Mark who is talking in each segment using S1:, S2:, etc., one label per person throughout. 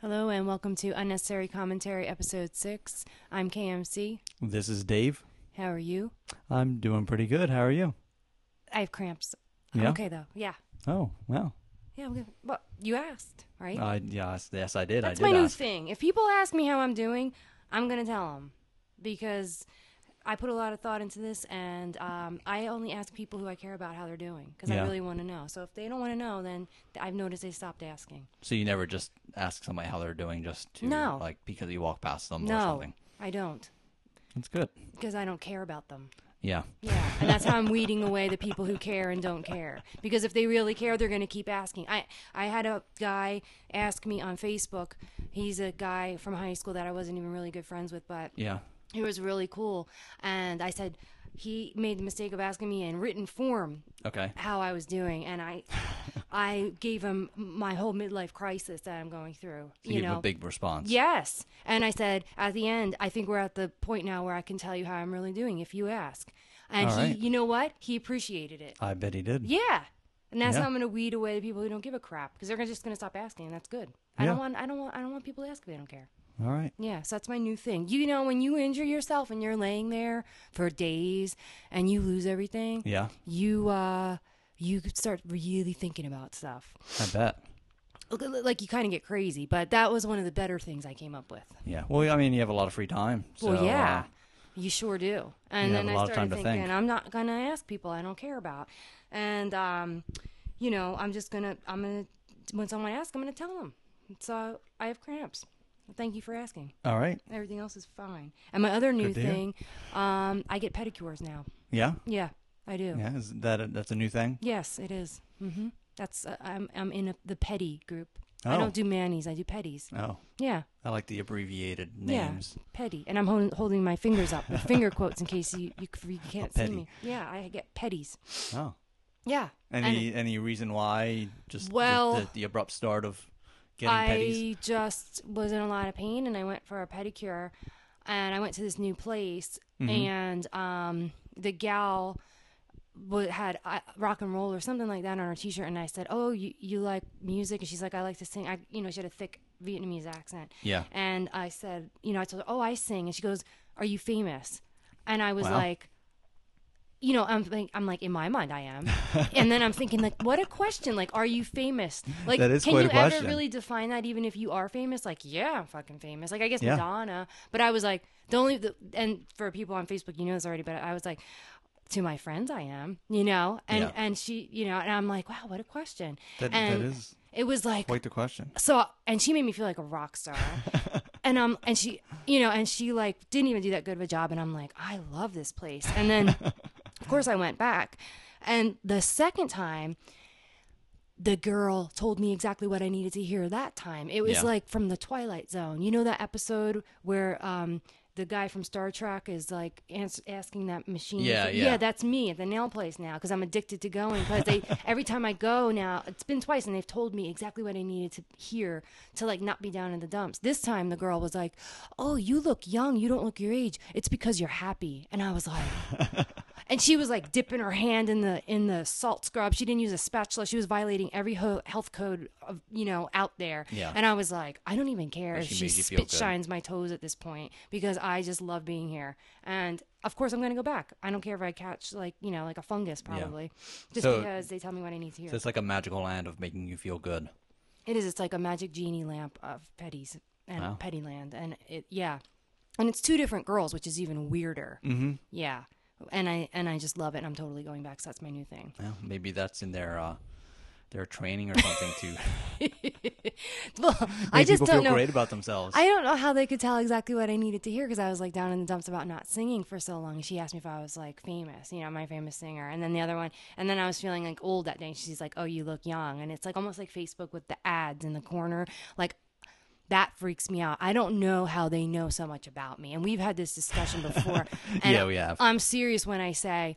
S1: Hello and welcome to Unnecessary Commentary, Episode 6. I'm KMC.
S2: This is Dave.
S1: How are you?
S2: I'm doing pretty good. How are you?
S1: I have cramps. I'm
S2: Yeah.
S1: okay, though. Yeah.
S2: Oh, wow.
S1: Yeah, I'm good. Well, you asked, right?
S2: I yes, yes, Uh, I did.
S1: That's
S2: I did
S1: my new
S2: ask.
S1: thing. If people ask me how I'm doing, I'm going to tell them because I put a lot of thought into this and um, I only ask people who I care about how they're doing because I
S2: Yeah.
S1: really want to know. So if they don't want to know, then th- I've noticed they stopped asking.
S2: So you never just ask somebody how they're doing just to
S1: No.
S2: like because you walk past them or
S1: No,
S2: something.
S1: I don't
S2: That's good.
S1: because I don't care about them.
S2: Yeah.
S1: Yeah, and that's how I'm weeding away the people who care and don't care. Because if they really care, they're going to keep asking. I I had a guy ask me on Facebook. He's a guy from high school that I wasn't even really good friends with, but
S2: Yeah.
S1: he was really cool. And I said he made the mistake of asking me in written form
S2: Okay.
S1: how I was doing, and I I gave him my whole midlife crisis that I'm going through.
S2: You,
S1: you
S2: give
S1: know,
S2: a big response.
S1: Yes. And I said, at the end, I think we're at the point now where I can tell you how I'm really doing if you ask. And
S2: All
S1: he,
S2: right.
S1: you know what? He appreciated it.
S2: I bet he did.
S1: Yeah. And that's
S2: Yeah.
S1: how I'm going to weed away the people who don't give a crap because they're gonna- just going to stop asking. And that's good. I don't
S2: Yeah.
S1: want, I don't want, I don't want people to ask if they don't care.
S2: All right.
S1: Yeah, so that's my new thing. You know, when you injure yourself and you're laying there for days and you lose everything,
S2: Yeah.
S1: you uh, you start really thinking about stuff.
S2: I bet.
S1: Look, Like you kind of get crazy. But that was one of the better things I came up with.
S2: Yeah. Well, I mean, you have a lot of free time. So,
S1: well, yeah,
S2: uh,
S1: you sure do. And
S2: you have
S1: then
S2: a
S1: I
S2: lot
S1: started
S2: of time to
S1: thinking,
S2: think.
S1: I'm not gonna ask people I don't care about, and um, you know, I'm just gonna, I'm gonna, when someone asks, I'm gonna tell them. So I have cramps. Thank you for asking.
S2: uh, all right.
S1: Everything else is fine. And my other new
S2: Good to hear.
S1: thing, um, I get pedicures now.
S2: Yeah.
S1: Yeah, I do.
S2: Yeah. Is that a, that's a new thing?
S1: Yes, it is. Mm-hmm. That's uh, I'm I'm in a, the petty group. I
S2: Oh.
S1: don't do manis. I do petties.
S2: Oh,
S1: Yeah.
S2: I like the abbreviated names.
S1: Yeah, petty. And I'm hol- holding my fingers up, with finger quotes, in case you you, c- you can't see
S2: petty.
S1: me. Yeah, I get petties.
S2: Oh.
S1: Yeah.
S2: Any any reason why? Just the-
S1: Well,
S2: the, the abrupt start of
S1: And
S2: getting petties.
S1: I just was in a lot of pain, and I went for a pedicure, and I went to this new place,
S2: Mm-hmm.
S1: and um, the gal. wa- Had uh, rock and roll or something like that on her T-shirt, and I said, "Oh, you, you like music?" And she's like, "I like to sing." I, you know, she had a thick Vietnamese accent.
S2: Yeah.
S1: And I said, you know, I told her, "Oh, I sing," and she goes, "Are you famous?" And I was
S2: Wow.
S1: like, you know, I'm think, I'm like in my mind I am, and then I'm thinking like, what a question! Like, are you famous? Like,
S2: That is
S1: can
S2: quite
S1: you
S2: a
S1: ever
S2: question.
S1: really define that? Even if you are famous, like, yeah, I'm fucking famous. Like, I guess
S2: Yeah.
S1: Madonna, but I was like, the only the, and for people on Facebook, you know this already, but I was like. To my friends, I am, you know, and
S2: Yeah.
S1: and she, you know, and I'm like, wow, what a question.
S2: That- that
S1: and
S2: is
S1: It was like
S2: Quite the question.
S1: so and she made me feel like a rock star and um and she you know and she like didn't even do that good of a job and i'm like i love this place and then of course i went back and the second time the girl told me exactly what i needed to hear that time it was
S2: Yeah.
S1: like from the twilight zone you know that episode where um the guy from Star Trek is like ans- asking that machine.
S2: Yeah,
S1: if-
S2: yeah.
S1: yeah, that's me at the nail place now because I'm addicted to going. Because they every time I go now, it's been twice, and they've told me exactly what I needed to hear to like not be down in the dumps. This time the girl was like, "Oh, you look young. You don't look your age. It's because you're happy." And I was like. And she was like dipping her hand in the in the salt scrub. She didn't use a spatula. She was violating every ho- health code, of, you know, out there.
S2: Yeah.
S1: And I was like, I don't even care if
S2: she
S1: she
S2: made you feel
S1: spit
S2: good.
S1: shines my toes at this point because I just love being here. And of course, I'm going to go back. I don't care if I catch like you know like a fungus probably, just
S2: So-
S1: because they tell me what I need to hear.
S2: So it's like a magical land of making you feel good.
S1: It is. It's like a magic genie lamp of petties and
S2: Wow.
S1: Pettyland, and it yeah, and it's two different girls, which is even weirder. Mm-hmm. Yeah, and I and I just love it. I'm totally going back. So that's my new thing.
S2: Well, maybe that's in their uh, their training or something to make
S1: Well, I just
S2: people
S1: don't
S2: feel
S1: know.
S2: great about themselves.
S1: I don't know how they could tell exactly what I needed to hear because I was like down in the dumps about not singing for so long. She asked me if I was like famous, you know, my famous singer. And then the other one, and then I was feeling like old that day. And she's like, "Oh, you look young," and it's like almost like Facebook with the ads in the corner, like. That freaks me out. I don't know how they know so much about me. And we've had this discussion before. And
S2: Yeah, we have.
S1: I'm serious when I say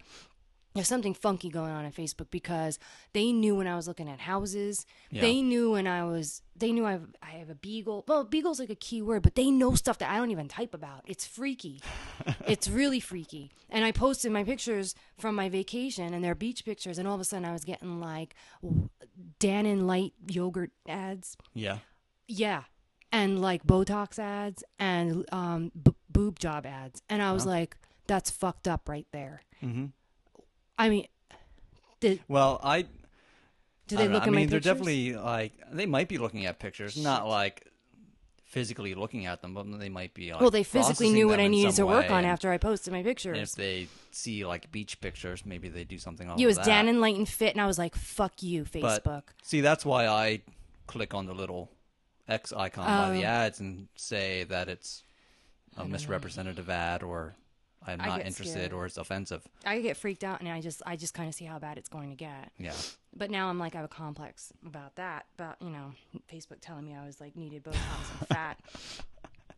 S1: there's something funky going on on Facebook because they knew when I was looking at houses.
S2: Yeah.
S1: They knew when I was. They knew I have, I have a beagle. Well, beagle's like a key word, but they know stuff that I don't even type about. It's freaky. it's really freaky. And I posted my pictures from my vacation and their beach pictures, and all of a sudden I was getting like Dannon light yogurt ads.
S2: yeah.
S1: Yeah. and like Botox ads and um, b- boob job ads, and I was like, that's fucked up right there. I mean, did,
S2: Well, I
S1: do
S2: I
S1: they
S2: don't know.
S1: look
S2: I
S1: at
S2: mean,
S1: my
S2: they're
S1: pictures?
S2: definitely like they might be looking at pictures, not like physically looking at them, but they might be. Like,
S1: well, they physically
S2: processing
S1: knew what
S2: them
S1: I
S2: in
S1: needed to
S2: some
S1: work
S2: way,
S1: on
S2: and-
S1: after I posted my
S2: and
S1: pictures.
S2: if they see like beach pictures, maybe they do something. Off
S1: It was
S2: of that.
S1: Dan and Leighton Fit, and I was like, "Fuck you, Facebook."
S2: But see, that's why I click on the little X icon by
S1: Oh.
S2: the ads and say that it's a misrepresentative ad, or I'm
S1: I
S2: not
S1: get
S2: interested,
S1: scared.
S2: or it's offensive.
S1: I get freaked out, and I just, I just kind of see how bad it's going to get.
S2: Yeah,
S1: But now I'm like, I have a complex about that. About you know, Facebook telling me I was like needed Botox and fat,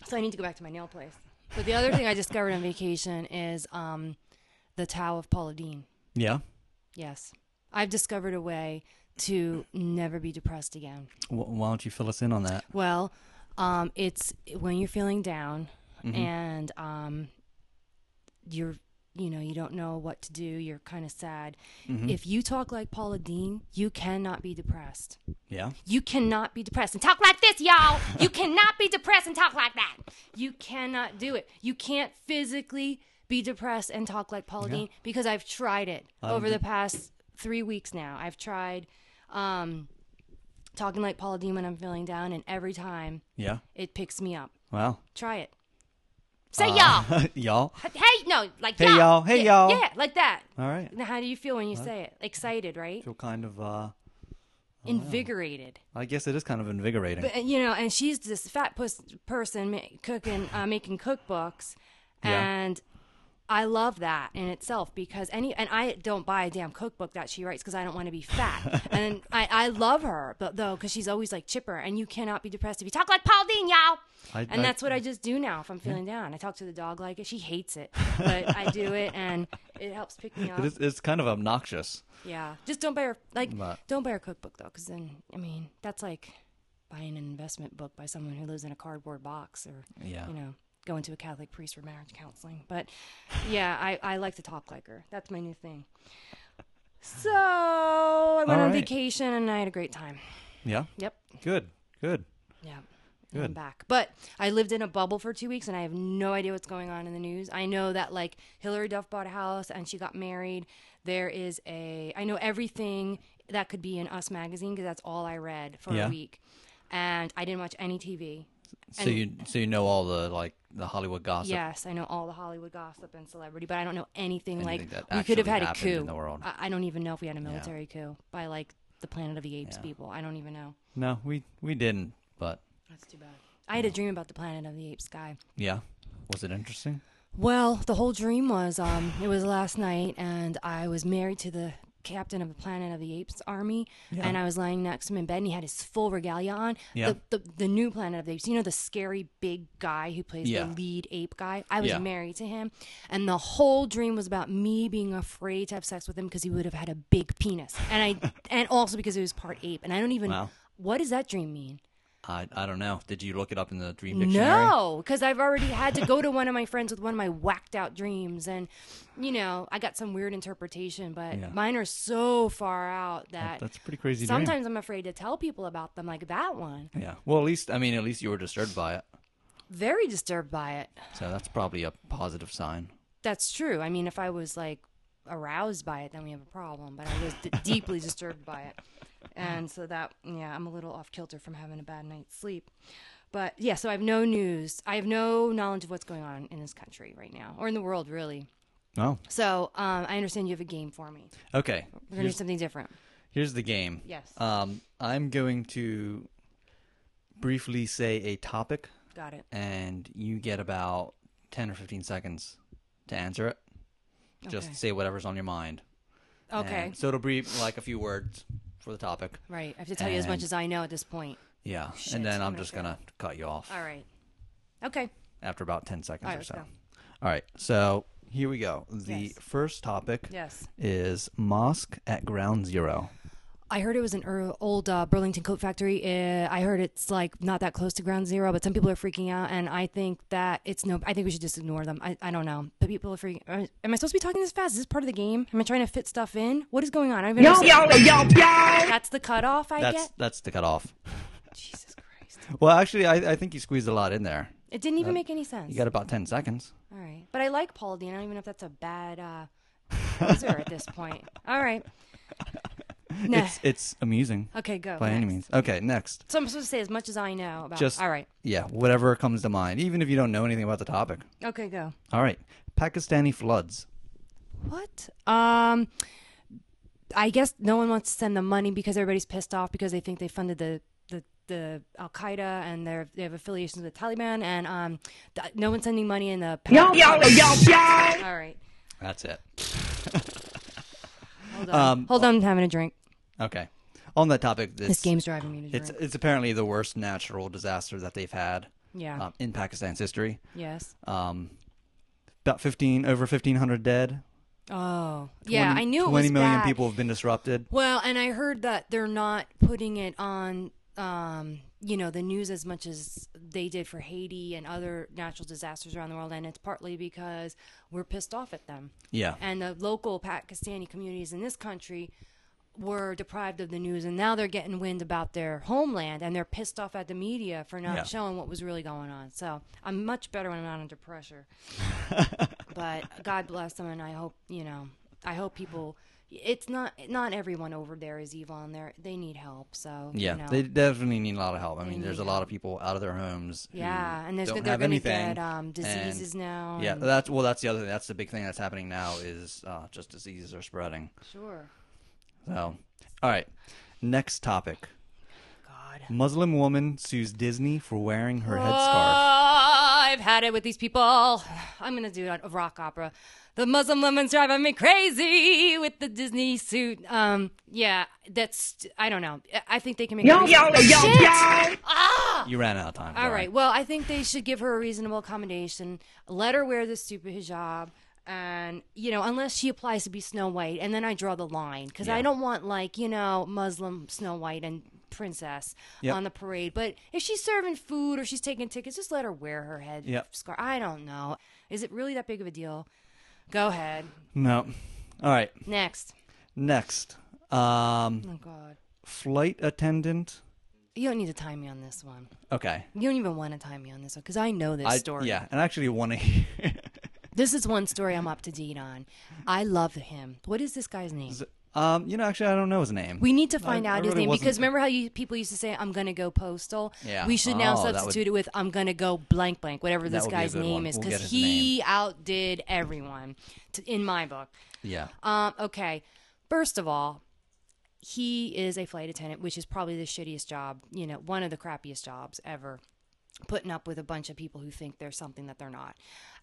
S1: so I need to go back to my nail place. But the other thing I discovered on vacation is um, the Tao of Paula Deen.
S2: yeah.
S1: Yes, I've discovered a way to never be depressed again.
S2: W- why don't you fill us in on that?
S1: Well, um, it's when you're feeling down and um, you're, you know, you don't know what to do. You're kind of sad. If you talk like Paula Dean, you cannot be depressed.
S2: Yeah,
S1: You cannot be depressed and talk like this, y'all. You cannot be depressed and talk like that. You cannot do it. You can't physically be depressed and talk like Paula Dean because I've tried it
S2: Um,
S1: over the past three weeks now. I've tried um, talking like Paula Dean when I'm feeling down, and every time
S2: yeah.
S1: it picks me up.
S2: Wow,
S1: Try it. Say y'all.
S2: y'all.
S1: Hey, no, like
S2: Hey,
S1: y'all.
S2: y'all. Hey,
S1: Yeah,
S2: y'all.
S1: Yeah, like that.
S2: All right.
S1: Now, how do you feel when you say it? Excited, right?
S2: Feel kind of. uh
S1: Invigorated.
S2: I guess it is kind of invigorating.
S1: But, you know, and she's this fat puss person ma- cooking, uh, making cookbooks,
S2: Yeah.
S1: and I love that in itself because any and I don't buy a damn cookbook that she writes because I don't want to be fat, and I, I love her, but though because she's always like chipper, and you cannot be depressed if you talk like Paul Dean, y'all.
S2: I-
S1: and
S2: I-
S1: that's what I just do now if I'm feeling down. I talk to the dog like it. She hates it, but I do it, and it helps pick me up.
S2: It is, it's kind of obnoxious.
S1: Yeah, just don't buy her like
S2: But-
S1: don't buy her cookbook though, because then I mean that's like buying an investment book by someone who lives in a cardboard box or
S2: Yeah.
S1: you know going to a Catholic priest for marriage counseling. But yeah, I I like to talk like her. That's my new thing. So I went
S2: All
S1: on
S2: right.
S1: vacation and I had a great time.
S2: Yeah.
S1: Yep.
S2: Good. Good.
S1: Yeah. I'm
S2: Good.
S1: back. But I lived in a bubble for two weeks and I have no idea what's going on in the news. I know that like Hillary Duff bought a house and she got married. There is a, I know everything that could be in Us magazine because that's all I read for
S2: Yeah.
S1: a week. And I didn't watch any TV.
S2: So
S1: And-
S2: you so you know all the like the Hollywood gossip.
S1: Yes, I know all the Hollywood gossip and celebrity, but I don't know anything,
S2: Anything
S1: like
S2: that
S1: we could have
S2: actually
S1: had a
S2: happened in
S1: coup.
S2: the world.
S1: I, I don't even know if we had a military coup by like the Planet of the Apes
S2: Yeah.
S1: people. I don't even know.
S2: No, we we didn't. But
S1: That's too bad. I had a dream about the Planet of the Apes guy.
S2: yeah, was it interesting?
S1: Well, the whole dream was um, it was last night, and I was married to the captain of the Planet of the Apes army, and I was lying next to him in bed, and he had his full regalia on.
S2: Yeah.
S1: The, the, the new Planet of the Apes, you know, the scary big guy who plays
S2: Yeah.
S1: the lead ape guy. I was
S2: Yeah.
S1: married to him, and the whole dream was about me being afraid to have sex with him because he would have had a big penis, and I and also because he was part ape, and I don't even.
S2: Wow.
S1: What does that dream mean?
S2: I I don't know. Did you look it up in the Dream Dictionary?
S1: No, because I've already had to go to one of my friends with one of my whacked out dreams, and you know I got some weird interpretation, but
S2: Yeah.
S1: mine are so far out that
S2: That's a pretty crazy. dream.
S1: sometimes I'm afraid to tell people about them, like that one.
S2: Yeah. Well, at least I mean, at least you were disturbed by it.
S1: Very disturbed by it.
S2: So that's probably a positive sign.
S1: That's true. I mean, if I was like aroused by it, then we have a problem. But I was d- deeply disturbed by it, and so that yeah, I'm a little off kilter from having a bad night's sleep. But yeah, so I have no news. I have no knowledge of what's going on in this country right now, or in the world, really.
S2: Oh.
S1: So um, I understand you have a game for me.
S2: Okay.
S1: We're gonna do something different.
S2: Here's the game.
S1: Yes.
S2: Um, I'm going to briefly say a topic,
S1: Got it.
S2: and you get about ten or fifteen seconds to answer it. Just
S1: Okay.
S2: say whatever's on your mind.
S1: Okay.
S2: And so it'll be like a few words for the topic.
S1: right. I have to tell you as much
S2: and-
S1: as I know at this point.
S2: Yeah.
S1: Shit,
S2: and then I'm
S1: okay.
S2: just gonna cut you off
S1: All right. Okay.
S2: after about ten seconds
S1: All right,
S2: or
S1: let's
S2: so.
S1: go.
S2: All right. So here we go. The
S1: Yes.
S2: first topic
S1: Yes.
S2: is mosque at ground zero.
S1: I heard it was an er- old uh, Burlington coat factory. Uh, I heard it's like not that close to ground zero, but some people are freaking out, and I think that it's no. I think we should just ignore them. I, I don't know, but people are freaking. Am I supposed to be talking this fast? Is this part of the game? Am I trying to fit stuff in? What is going on? I don't even. understand. That's the cutoff I
S2: That's
S1: get.
S2: that's the cutoff.
S1: Jesus Christ.
S2: Well, actually, I, I think you squeezed a lot in there.
S1: It didn't even make any sense.
S2: You got about 10 seconds.
S1: All right. But I like Paul Dean. I don't even know if that's a bad uh, loser at this point. All right. Nah.
S2: It's, it's amusing
S1: okay, go.
S2: by any
S1: next.
S2: means. Okay, next.
S1: So I'm supposed to say as much as I know about.
S2: Just-
S1: All right.
S2: Yeah, whatever comes to mind, even if you don't know anything about the topic.
S1: Okay, go.
S2: All right, Pakistani floods.
S1: What? Um, I guess no one wants to send the money because everybody's pissed off because they think they funded the the, the Al Qaeda and they're, they have affiliations with the Taliban and um, th- no one's sending money in the. Yo yo yo yo. All right.
S2: That's it.
S1: Hold on.
S2: Um,
S1: Hold on. I'm having a drink.
S2: Okay. On that topic, this,
S1: This game's driving me to drink.
S2: it's it's apparently the worst natural disaster that they've had
S1: yeah.
S2: um, in Pakistan's history.
S1: yes.
S2: Um, about 15 over 1500 dead.
S1: Oh. Yeah.
S2: 20
S1: I knew it was
S2: 20 million
S1: bad.
S2: people have been disrupted.
S1: Well, and I heard that they're not putting it on, um, you know, the news as much as they did for Haiti and other natural disasters around the world, and it's partly because we're pissed off at them,
S2: Yeah.
S1: and the local Pakistani communities in this country were deprived of the news, and now they're getting wind about their homeland, and they're pissed off at the media for not
S2: Yeah.
S1: showing what was really going on. So I'm much better when I'm not under pressure but God bless them, and I hope you know. I hope people. It's not not everyone over there is evil, and they they need help. So you
S2: Yeah,
S1: know.
S2: they definitely need a lot of help. I mean,
S1: need
S2: there's a lot of people out of their homes. who
S1: yeah, and there's
S2: don't
S1: they're
S2: have
S1: going to
S2: anything.
S1: get um,
S2: and-
S1: diseases now.
S2: Yeah,
S1: and-
S2: that's well. That's the other thing. That's the big thing that's happening now is uh, just diseases are spreading.
S1: sure.
S2: So, all right, next topic:
S1: God,
S2: Muslim woman sues Disney for wearing her headscarf.
S1: Oh, I've had it with these people. I'm gonna do a rock opera. The Muslim woman's driving me crazy with the Disney suit. Um, yeah, that's I don't know. I- I think they can make. Yo yo yo yo. Ah.
S2: You ran out of time.
S1: All
S2: sorry.
S1: right. Well, I think they should give her a reasonable accommodation. Let her wear this stupid hijab, and you know, unless she applies to be Snow White, and then I draw the line because I don't want like you know Muslim Snow White and princess
S2: Yep.
S1: on the parade. But if she's serving food or she's taking tickets, just let her wear her head
S2: Yep.
S1: scarf. I don't know. Is it really that big of a deal? Go ahead.
S2: No. All right.
S1: Next.
S2: Next, um,
S1: Oh God.
S2: flight attendant.
S1: You don't need to time me on this one.
S2: Okay.
S1: You don't even want to time me on this one because I know this
S2: I
S1: story.
S2: yeah, and I actually want to hear
S1: This is one story I'm up to date on. I love him. What is this guy's name?
S2: um, you know, actually, I don't know his name.
S1: We need to find
S2: I
S1: out his
S2: really
S1: name
S2: wasn't-
S1: because remember how you people used to say "I'm gonna go postal."
S2: Yeah.
S1: We should now
S2: Oh, that would-
S1: substitute it with "I'm gonna go blank blank," whatever this
S2: would be a
S1: guy's
S2: good
S1: name
S2: one.
S1: is,
S2: We'll
S1: because
S2: get his
S1: he outdid everyone t in my book.
S2: yeah.
S1: Um, okay, first of all, he is a flight attendant, which is probably the shittiest job, you know, one of the crappiest jobs ever. Putting up with a bunch of people who think they're something that they're not,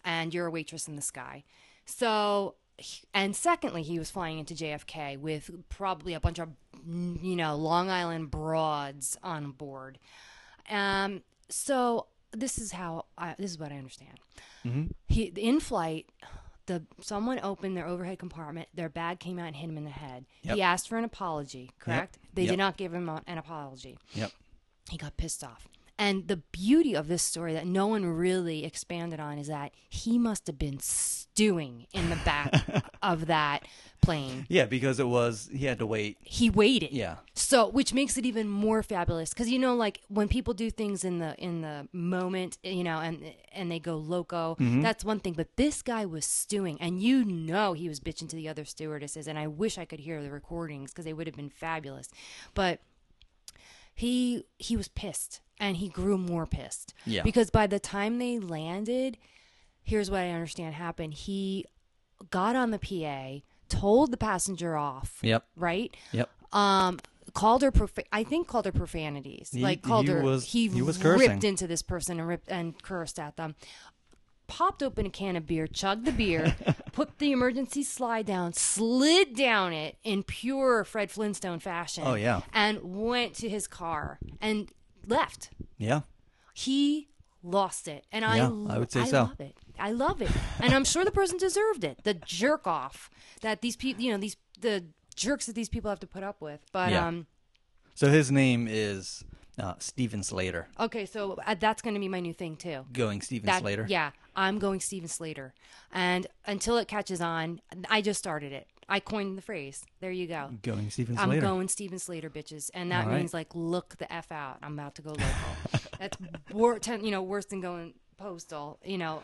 S1: and you're a waitress in the sky. So, he- and secondly, he was flying into JFK with probably a bunch of, mm, you know, Long Island broads on board. Um, so this is how I, this is what I understand.
S2: Mm-hmm.
S1: He in flight, the someone opened their overhead compartment. Their bag came out and hit him in the head. He asked for an apology. Correct. They
S2: Yep.
S1: did not give him a- an apology
S2: Yep.
S1: he got pissed off. And the beauty of this story that no one really expanded on is that he must have been stewing in the back of that plane.
S2: Yeah, because it was he had to wait.
S1: He waited.
S2: Yeah.
S1: So, which makes it even more fabulous because you know, like when people do things in the in the moment, you know, and and they go loco, that's one thing. But this guy was stewing, and you know, he was bitching to the other stewardesses. And I wish I could hear the recordings because they would have been fabulous. But he he was pissed, and he grew more pissed.
S2: Yeah.
S1: Because by the time they landed, here's what I understand happened. He got on the PA, told the passenger off.
S2: Yep.
S1: Right
S2: Yep.
S1: um called her profa- I think called her profanities. like called
S2: he
S1: her
S2: was-
S1: he,
S2: he was
S1: ripped
S2: cursing.
S1: into this person and ripped and cursed at them. Popped open a can of beer, chugged the beer, put the emergency slide down, slid down it in pure Fred Flintstone fashion.
S2: Oh, yeah.
S1: And went to his car and left.
S2: Yeah.
S1: He lost it. And I,
S2: Yeah,
S1: lo-
S2: I would say so.
S1: love it. I love it. And I'm sure the person deserved it. The jerk off that these people, you know, these the jerks that these people have to put up with. But
S2: Yeah.
S1: um
S2: So his name is uh, Steven Slater.
S1: Okay, so uh, that's going to be my new thing too.
S2: Going Steven
S1: That,
S2: Slater.
S1: Yeah, I'm going Steven Slater, and until it catches on, I just started it. I coined the phrase. There you go.
S2: Going Steven
S1: I'm
S2: Slater.
S1: going Steven Slater, bitches, and that
S2: All right.
S1: means like look the f out. I'm about to go local. That's wor- ten, you know worse than going postal. You know,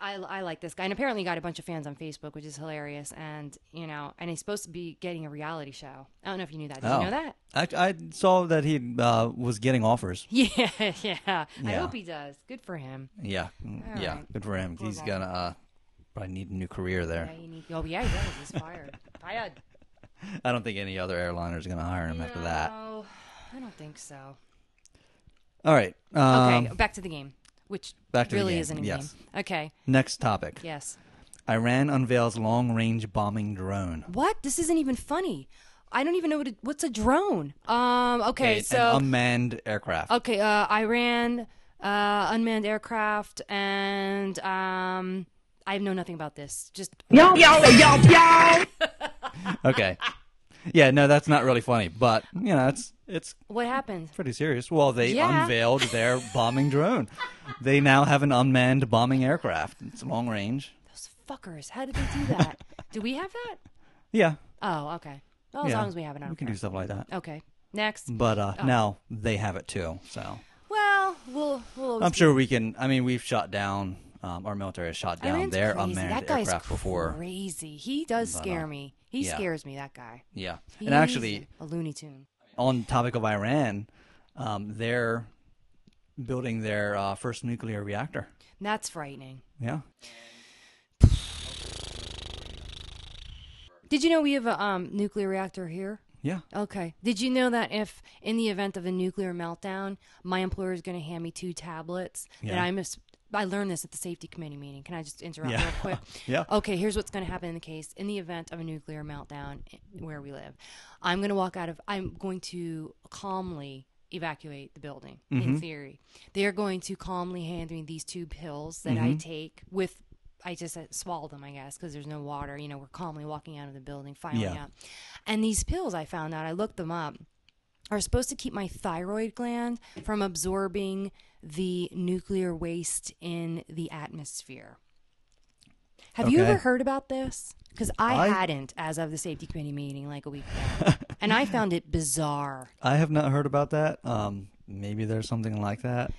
S1: I, I like this guy, and apparently he got a bunch of fans on Facebook, which is hilarious. And you know, and he's supposed to be getting a reality show. I don't know if you knew that. Did
S2: Oh.
S1: you know that?
S2: I, I saw that he uh, was getting offers.
S1: Yeah, yeah, I
S2: Yeah.
S1: hope he does. Good for him.
S2: Yeah, mm, yeah.
S1: right.
S2: Good for him. He's
S1: guy.
S2: gonna uh, probably need a new career there.
S1: Yeah, you need. Oh yeah, he does. He's fired. Fired.
S2: I don't think any other airliner is gonna hire him after that.
S1: No, I don't think so.
S2: All right. Um,
S1: Okay, back to the game, which
S2: back to the
S1: really
S2: game,
S1: isn't a
S2: yes.
S1: game. Okay,
S2: Next topic.
S1: yes.
S2: Iran unveils long-range bombing drone.
S1: What? This isn't even funny. I don't even know what it, what's a drone. Um. Okay,
S2: An
S1: so
S2: unmanned aircraft.
S1: okay, uh, Iran, uh, unmanned aircraft, and um, I know nothing about this. Just
S3: Yo, yo, yo, yo.
S2: okay. Yeah, no, that's not really funny, but you know, it's it's
S1: what happened?
S2: pretty serious. Well, they
S1: Yeah.
S2: unveiled their bombing drone. They now have an unmanned bombing aircraft. It's long range.
S1: Those fuckers. How did they do that? do we have that?
S2: Yeah,
S1: Oh, okay. Well, as
S2: Yeah.
S1: long as we have Oh. it on.
S2: we can do stuff like that.
S1: Okay. Next.
S2: But uh, now they have it too. So
S1: Well, we'll we'll. always
S2: I'm sure we can. I mean, we've shot down. Um, our military has shot down
S1: Iran's
S2: their
S1: crazy.
S2: unmanned
S1: that guy's
S2: aircraft before. um,
S1: Crazy. He does scare me. He
S2: yeah.
S1: scares me. That guy.
S2: Yeah,
S1: He's
S2: and actually,
S1: a Looney Tune.
S2: on the topic of Iran, um, they're building their uh, first nuclear reactor.
S1: That's frightening.
S2: Yeah.
S1: Did you know we have a um, nuclear reactor here?
S2: Yeah.
S1: Okay. Did you know that if, in the event of a nuclear meltdown, my employer is going to hand me two tablets that
S2: Yeah.
S1: I must. I learned this at the safety committee meeting. Can I just interrupt
S2: Yeah.
S1: real quick?
S2: Yeah.
S1: Okay, here's what's going to happen in the case. In the event of a nuclear meltdown i- where we live, I'm going to walk out of, I'm going to calmly evacuate the building, in theory. They're going to calmly hand me these two pills that I take with, I just uh, swallow them, I guess, because there's no water. You know, we're calmly walking out of the building, finally
S2: Yeah.
S1: out. And these pills, I found out, I looked them up are supposed to keep my thyroid gland from absorbing the nuclear waste in the atmosphere. Have you
S2: Okay.
S1: ever heard about this? Because I,
S2: I-
S1: hadn't as of the safety committee meeting like a week ago. and I found it bizarre.
S2: I have not heard about that. Um, maybe there's something like that.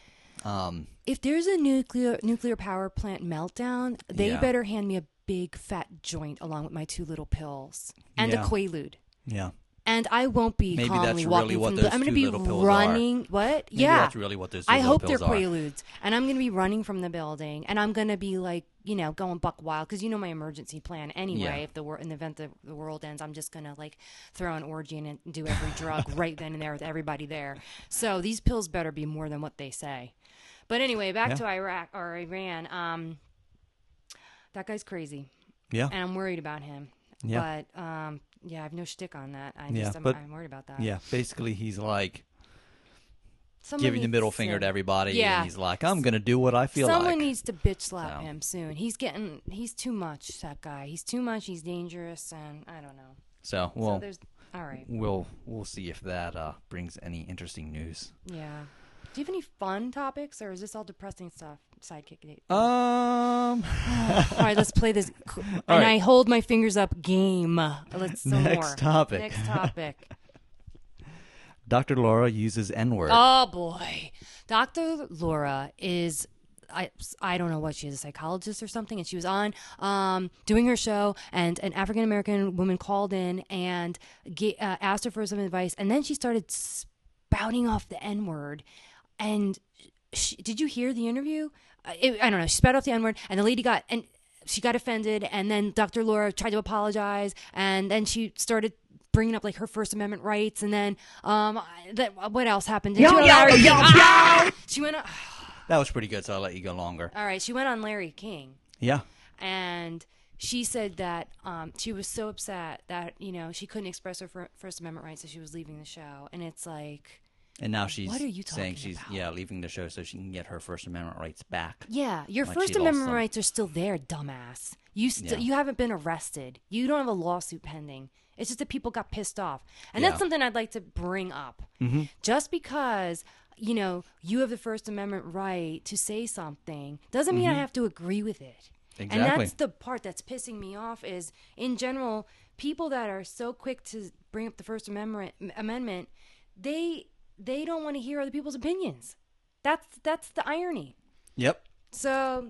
S2: Um,
S1: If there's a nuclear nuclear power plant meltdown, they
S2: Yeah.
S1: better hand me a big fat joint along with my two little pills and
S2: Yeah.
S1: a Quaalude.
S2: yeah.
S1: And I won't be
S2: Maybe
S1: calmly
S2: that's really
S1: walking
S2: what
S1: from
S2: those
S1: the. I'm going
S2: two
S1: to be
S2: little pills are.
S1: running. What?
S2: Maybe
S1: yeah,
S2: that's really what those two
S1: I
S2: little
S1: hope
S2: pills
S1: they're
S2: are.
S1: preludes, and I'm going to be running from the building, and I'm going to be like, you know, going buck wild because you know my emergency plan anyway.
S2: Yeah.
S1: If the wor- in the event that the world ends, I'm just going to like throw an orgy in and do every drug right then and there with everybody there. So these pills better be more than what they say. But anyway, back to Iraq or Iran. Um, that guy's crazy,
S2: Yeah.
S1: and I'm worried about him.
S2: Yeah.
S1: But um, yeah, I have no shtick on that. I
S2: Yeah,
S1: just I'm,
S2: but-
S1: I'm worried about that.
S2: yeah. Basically, he's like
S1: Someone
S2: giving the
S1: needs
S2: middle finger to everybody.
S1: Yeah.
S2: And he's like, I'm going to do what I feel
S1: Someone
S2: like.
S1: needs to bitch slap
S2: So.
S1: him soon. He's getting he's too much, that guy. He's too much, he's dangerous and I don't know.
S2: so,
S1: So
S2: well,
S1: there's all right.
S2: we'll we'll see if that uh, brings any interesting news.
S1: Yeah. Do you have any fun topics or is this all depressing stuff? Sidekick Nate?
S2: Uh, Um,
S1: all right, let's play this c- and
S2: right.
S1: I hold my fingers up game. Let's some
S2: Next
S1: more.
S2: topic.
S1: Next topic.
S2: Dr. Laura uses N word.
S1: Oh boy, Dr. Laura is. I, I don't know what she is a psychologist or something and she was on um, doing her show and an African American woman called in and ga- uh, asked her for some advice and then she started spouting off the N word and she, did you hear the interview? Uh, It, I don't know. She spat off the N word, and the lady got and she got offended, and then Dr. Laura tried to apologize, and then she started bringing up like her First Amendment rights, and then um, I- that, what else happened? Did
S3: Yo,
S1: you-
S3: yo,
S1: Larry-
S3: yo,
S1: Ah! She went. On,
S2: That was pretty good, so I'll let you go longer.
S1: all right, she went on Larry King
S2: Yeah.
S1: and she said that um, she was so upset that you know she couldn't express her fir- First Amendment rights, so she was leaving the show, and it's like.
S2: And now she's
S1: What are you
S2: saying
S1: talking
S2: she's
S1: about?
S2: yeah leaving the show so she can get her First Amendment rights back.
S1: Yeah, your
S2: Like she
S1: First
S2: lost
S1: Amendment
S2: them.
S1: rights are still there, dumbass. You still
S2: Yeah.
S1: you haven't been arrested. You don't have a lawsuit pending. It's just that people got pissed off, and
S2: Yeah. Mm-hmm.
S1: that's something I'd like to bring up. Just because you know you have the First Amendment right to say something doesn't mean I have to agree with it. And
S2: Mm-hmm. Exactly.
S1: that's the part that's pissing me off is in general people that are so quick to bring up the First Amendment amendment, they they don't want to hear other people's opinions. That's that's the irony.
S2: Yep.
S1: So,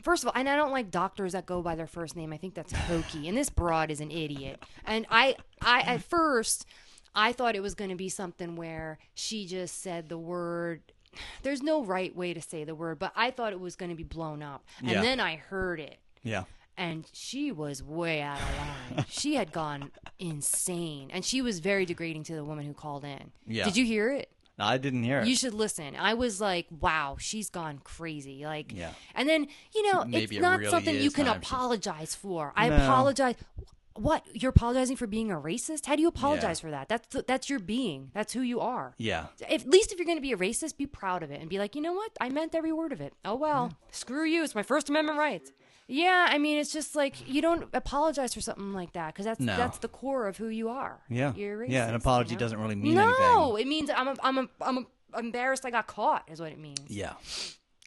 S1: first of all, and I don't like doctors that go by their first name. I think that's hokey. And this broad is an idiot. And I, I at first, I thought it was going to be something where she just said the word. There's no right way to say the word, but I thought it was going to be blown up. And
S2: Yeah.
S1: then I heard it,
S2: Yeah.
S1: and she was way out of line. she had gone insane, and she was very degrading to the woman who called in.
S2: Yeah.
S1: Did you hear it?
S2: No, I didn't hear it.
S1: You should listen. I was like, wow, she's gone crazy. Like,
S2: Yeah.
S1: and then you know,
S2: Maybe
S1: it's
S2: it
S1: not
S2: really
S1: something you
S2: is
S1: can
S2: time she's-
S1: apologize for. I
S2: No.
S1: apologize. What you're apologizing for being a racist? How do you apologize for that? That's that's your being. That's who you are.
S2: yeah.
S1: At least if you're going to be a racist, be proud of it and be like, you know what? I meant every word of it. Oh well, screw you. It's my First Amendment rights. Yeah, I mean, it's just like you don't apologize for something like that because that's
S2: No.
S1: that's the core of who you are.
S2: Yeah.
S1: you're racist,
S2: yeah. An apology
S1: you know?
S2: doesn't really mean
S1: No,
S2: anything.
S1: it means I'm a, I'm a, I'm a, embarrassed. I got caught is what it means.
S2: Yeah.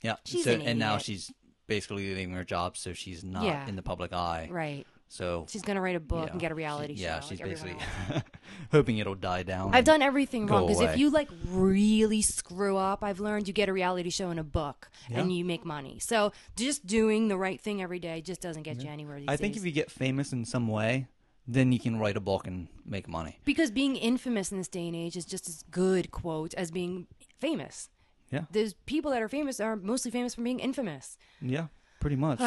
S2: Yeah.
S1: She's
S2: so,
S1: an
S2: and now
S1: idiot.
S2: she's basically leaving her job, so she's not
S1: Yeah.
S2: in the public eye.
S1: Right.
S2: So
S1: She's gonna write a book
S2: yeah,
S1: and get a reality
S2: she-
S1: show.
S2: Yeah,
S1: like
S2: she's
S1: everyone
S2: basically
S1: else.
S2: hoping it'll die down.
S1: I've done everything
S2: Go
S1: wrong because if
S2: away.
S1: you like really screw up, I've learned you get a reality show and a book and
S2: Yeah.
S1: you make money. So just doing the right thing every day just doesn't get you anywhere. These
S2: I think
S1: days.
S2: if you get famous in some way, then you can write a book and make money.
S1: because being infamous in this day and age is just as good quote as being famous.
S2: Yeah.
S1: Those people that are famous are mostly famous for being infamous.
S2: Yeah. Pretty much.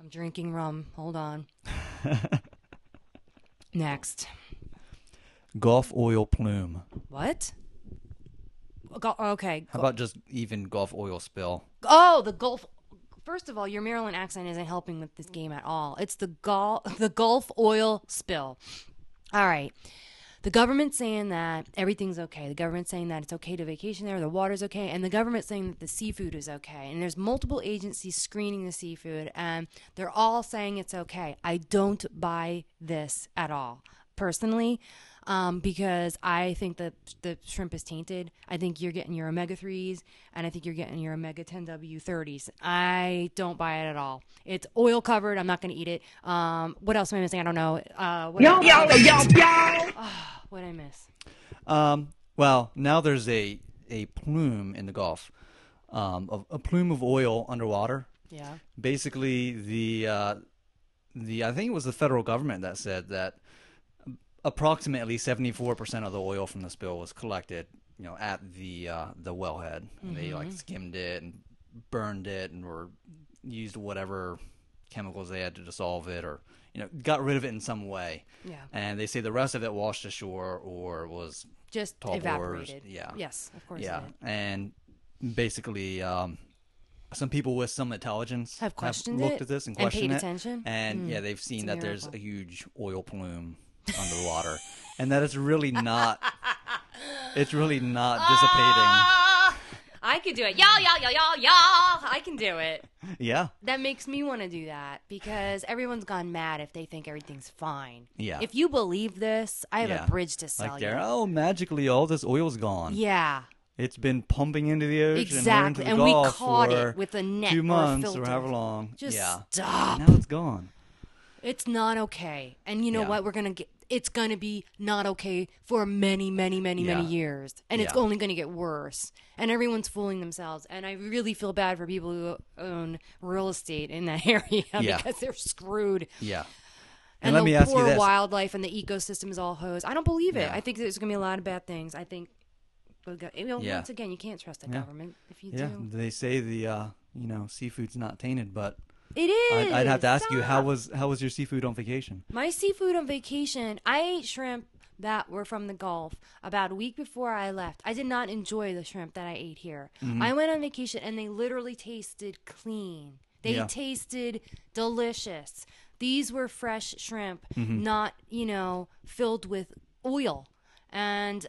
S1: I'm drinking rum. Hold on. Next.
S2: Golf oil plume.
S1: What? Go- okay.
S2: How about just even golf oil spill?
S1: Oh, the Gulf. First of all, your Maryland accent isn't helping with this game at all. It's the Gulf, the Gulf oil spill. All right. The government's saying that everything's okay. The government's saying that it's okay to vacation there, the water's okay, and the government's saying that the seafood is okay. And there's multiple agencies screening the seafood, and they're all saying it's okay. I don't buy this at all, personally, um, because I think that the shrimp is tainted. I think you're getting your omega 3s, and I think you're getting your omega 10W30s. I don't buy it at all. It's oil covered. I'm not going to eat it. Um, what else am I missing? I don't know. Uh, what,
S3: Yo, yo, yo, yo.
S1: what did I miss?
S2: Um, well, now there's a, a plume in the Gulf, um, of a plume of oil underwater.
S1: Yeah.
S2: Basically, the uh, the I think it was the federal government that said that approximately 74 percent of the oil from the spill was collected, you know, at the uh, the wellhead. And They like skimmed it and burned it and were used whatever chemicals they had to dissolve it or you know got rid of it in some way.
S1: Yeah.
S2: And they say the rest of it washed ashore or was
S1: just
S2: tall boars,
S1: evaporated.
S2: yeah.
S1: Yes, of course.
S2: yeah,
S1: it did.
S2: and basically, um, some people with some intelligence
S1: Have questioned
S2: looked
S1: it
S2: at this
S1: and
S2: and
S1: paid
S2: questioned it,
S1: attention? Hmm.
S2: and yeah, they've seen
S1: a
S2: that there's
S1: miracle.
S2: a huge oil plume underwater, and that it's really not, it's really not
S1: Ah!
S2: dissipating.
S1: I could do it. Y'all, y'all, y'all, y'all, y'all. I can do it.
S2: Yeah,
S1: That makes me want to do that because everyone's gone mad if they think everything's fine.
S2: Yeah.
S1: If you believe this, I have
S2: Yeah.
S1: a bridge to sell
S2: like
S1: you.
S2: there, oh, magically all this oil's gone.
S1: Yeah.
S2: It's been pumping into the ocean, or into
S1: Exactly.
S2: the
S1: And we
S2: Gulf
S1: caught
S2: for
S1: it with a net or
S2: two
S1: a
S2: months
S1: filter.
S2: or however long.
S1: Just
S2: yeah,
S1: stop.
S2: now it's gone.
S1: It's not okay. And you know
S2: Yeah.
S1: what? We're going to get. It's going to be not okay for many, many, many, many
S2: Yeah.
S1: years. And it's
S2: Yeah.
S1: only going to get worse. And everyone's fooling themselves. And I really feel bad for people who own real estate in that area
S2: Yeah.
S1: because they're screwed.
S2: Yeah,
S1: And,
S2: and, let
S1: the
S2: me ask
S1: poor
S2: you this:
S1: wildlife and the ecosystem is all hosed. I don't believe it.
S2: Yeah.
S1: I think there's going to be a lot of bad things. I think, we'll go- you know,
S2: Yeah.
S1: once again, you can't trust the government if you
S2: Yeah,
S1: do.
S2: they say the uh, you know seafood's not tainted, but
S1: It is.
S2: I, I'd have to ask you how
S1: Stop.
S2: was how was your seafood on vacation?
S1: My seafood on vacation, I ate shrimp that were from the Gulf about a week before I left. I did not enjoy the shrimp that I ate here.
S2: Mm-hmm.
S1: I went on vacation and they literally tasted clean. They
S2: Yeah.
S1: tasted delicious. These were fresh shrimp,
S2: Mm-hmm.
S1: not, you know, filled with oil. And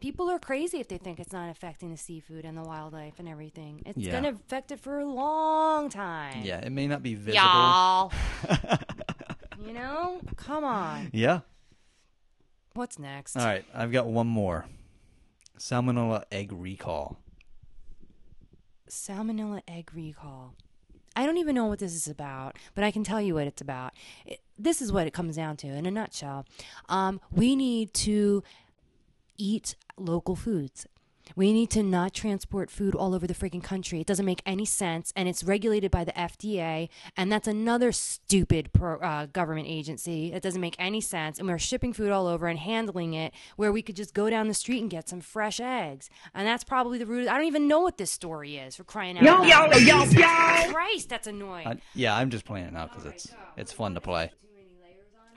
S1: people are crazy if they think it's not affecting the seafood and the wildlife and everything. It's
S2: Yeah.
S1: going to affect it for a long time.
S2: Yeah, it may not be visible.
S1: Y'all. you know? Come on.
S2: Yeah.
S1: What's next?
S2: All right, I've got one more. Salmonella egg recall.
S1: Salmonella egg recall. I don't even know what this is about, but I can tell you what it's about. It, this is what it comes down to in a nutshell. Um, we need to eat local foods. We need to not transport food all over the freaking country. It doesn't make any sense, and it's regulated by the FDA, and that's another stupid pro, uh, government agency. It doesn't make any sense, and we're shipping food all over and handling it where we could just go down the street and get some fresh eggs. And that's probably the root. I don't even know what this story is for crying out
S3: Yo,
S1: loud.
S3: yo, yo, yo.
S1: Christ, that's annoying.
S2: I, yeah, I'm just playing it now because it's it's fun to play.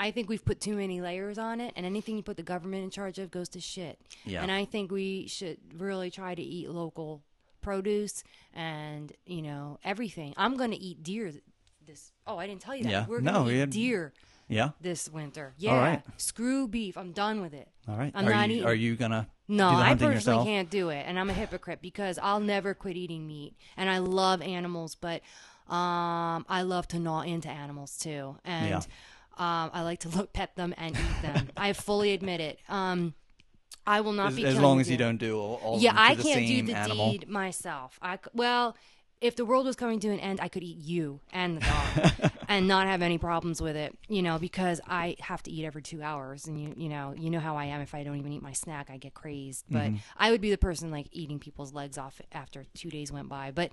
S1: I think we've put too many layers on it, and anything you put the government in charge of goes to shit.
S2: Yeah.
S1: And I think we should really try to eat local produce and you know everything. I'm going to eat deer th- this. Oh, I didn't tell you that.
S2: Yeah.
S1: We're
S2: No,
S1: going to
S2: we
S1: eat
S2: had-
S1: deer
S2: Yeah.
S1: this winter. Yeah.
S2: right.
S1: Screw beef. I'm done with it.
S2: All right.
S1: I'm
S2: are
S1: not
S2: you
S1: eating.
S2: are you gonna
S1: No,
S2: do the
S1: I
S2: hunting
S1: personally
S2: yourself?
S1: can't do it, and I'm a hypocrite because I'll never quit eating meat, and I love animals, but um, I love to gnaw into animals too, and
S2: Yeah.
S1: um, I like to look pet them and eat them. I fully admit it. Um, I will not
S2: As,
S1: be
S2: as
S1: killing
S2: long as
S1: deer.
S2: you don't do all, all of
S1: Yeah,
S2: them to
S1: I
S2: the
S1: can't do
S2: same
S1: the
S2: animal.
S1: deed myself. I c- well, if the world was coming to an end, I could eat you and the dog and not have any problems with it, you know, because I have to eat every 2 hours and you you know, you know how I am if I don't even eat my snack, I get crazed. But
S2: Mm-hmm.
S1: I would be the person like eating people's legs off after 2 days went by. But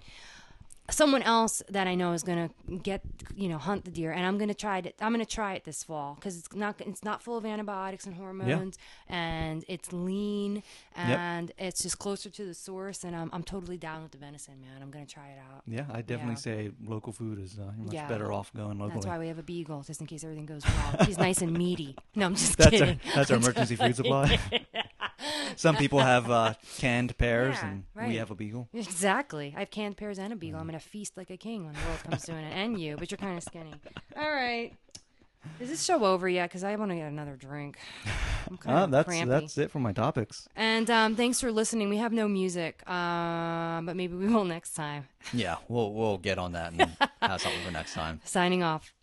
S1: someone else that I know is gonna get you know hunt the deer, and I'm gonna try it. I'm gonna try it this fall because it's not it's not full of antibiotics and hormones, and it's lean and it's just closer to the source. And I'm I'm totally down with the venison, man. I'm gonna try it out.
S2: Yeah, I definitely
S1: Yeah.
S2: say local food is uh, much
S1: Yeah.
S2: better off going locally.
S1: That's why we have a beagle, just in case everything goes wrong. He's nice and meaty. No, I'm just
S2: That's our,
S1: kidding.
S2: that's our emergency food supply. Some people have uh, canned pears,
S1: Yeah,
S2: and
S1: right.
S2: we have a beagle.
S1: Exactly. I have canned pears and a beagle.
S2: Mm.
S1: I'm gonna feast like a king when the world comes to an end. And you, but you're kind of skinny. All right. Is this show over yet? Because I want to get another drink. I'm kind
S2: Uh,
S1: of
S2: that's
S1: Oh, crampy.
S2: that's it for my topics.
S1: And um, thanks for listening. We have no music, um, but maybe we will next time.
S2: Yeah, we'll we'll get on that and have something for next time.
S1: Signing off.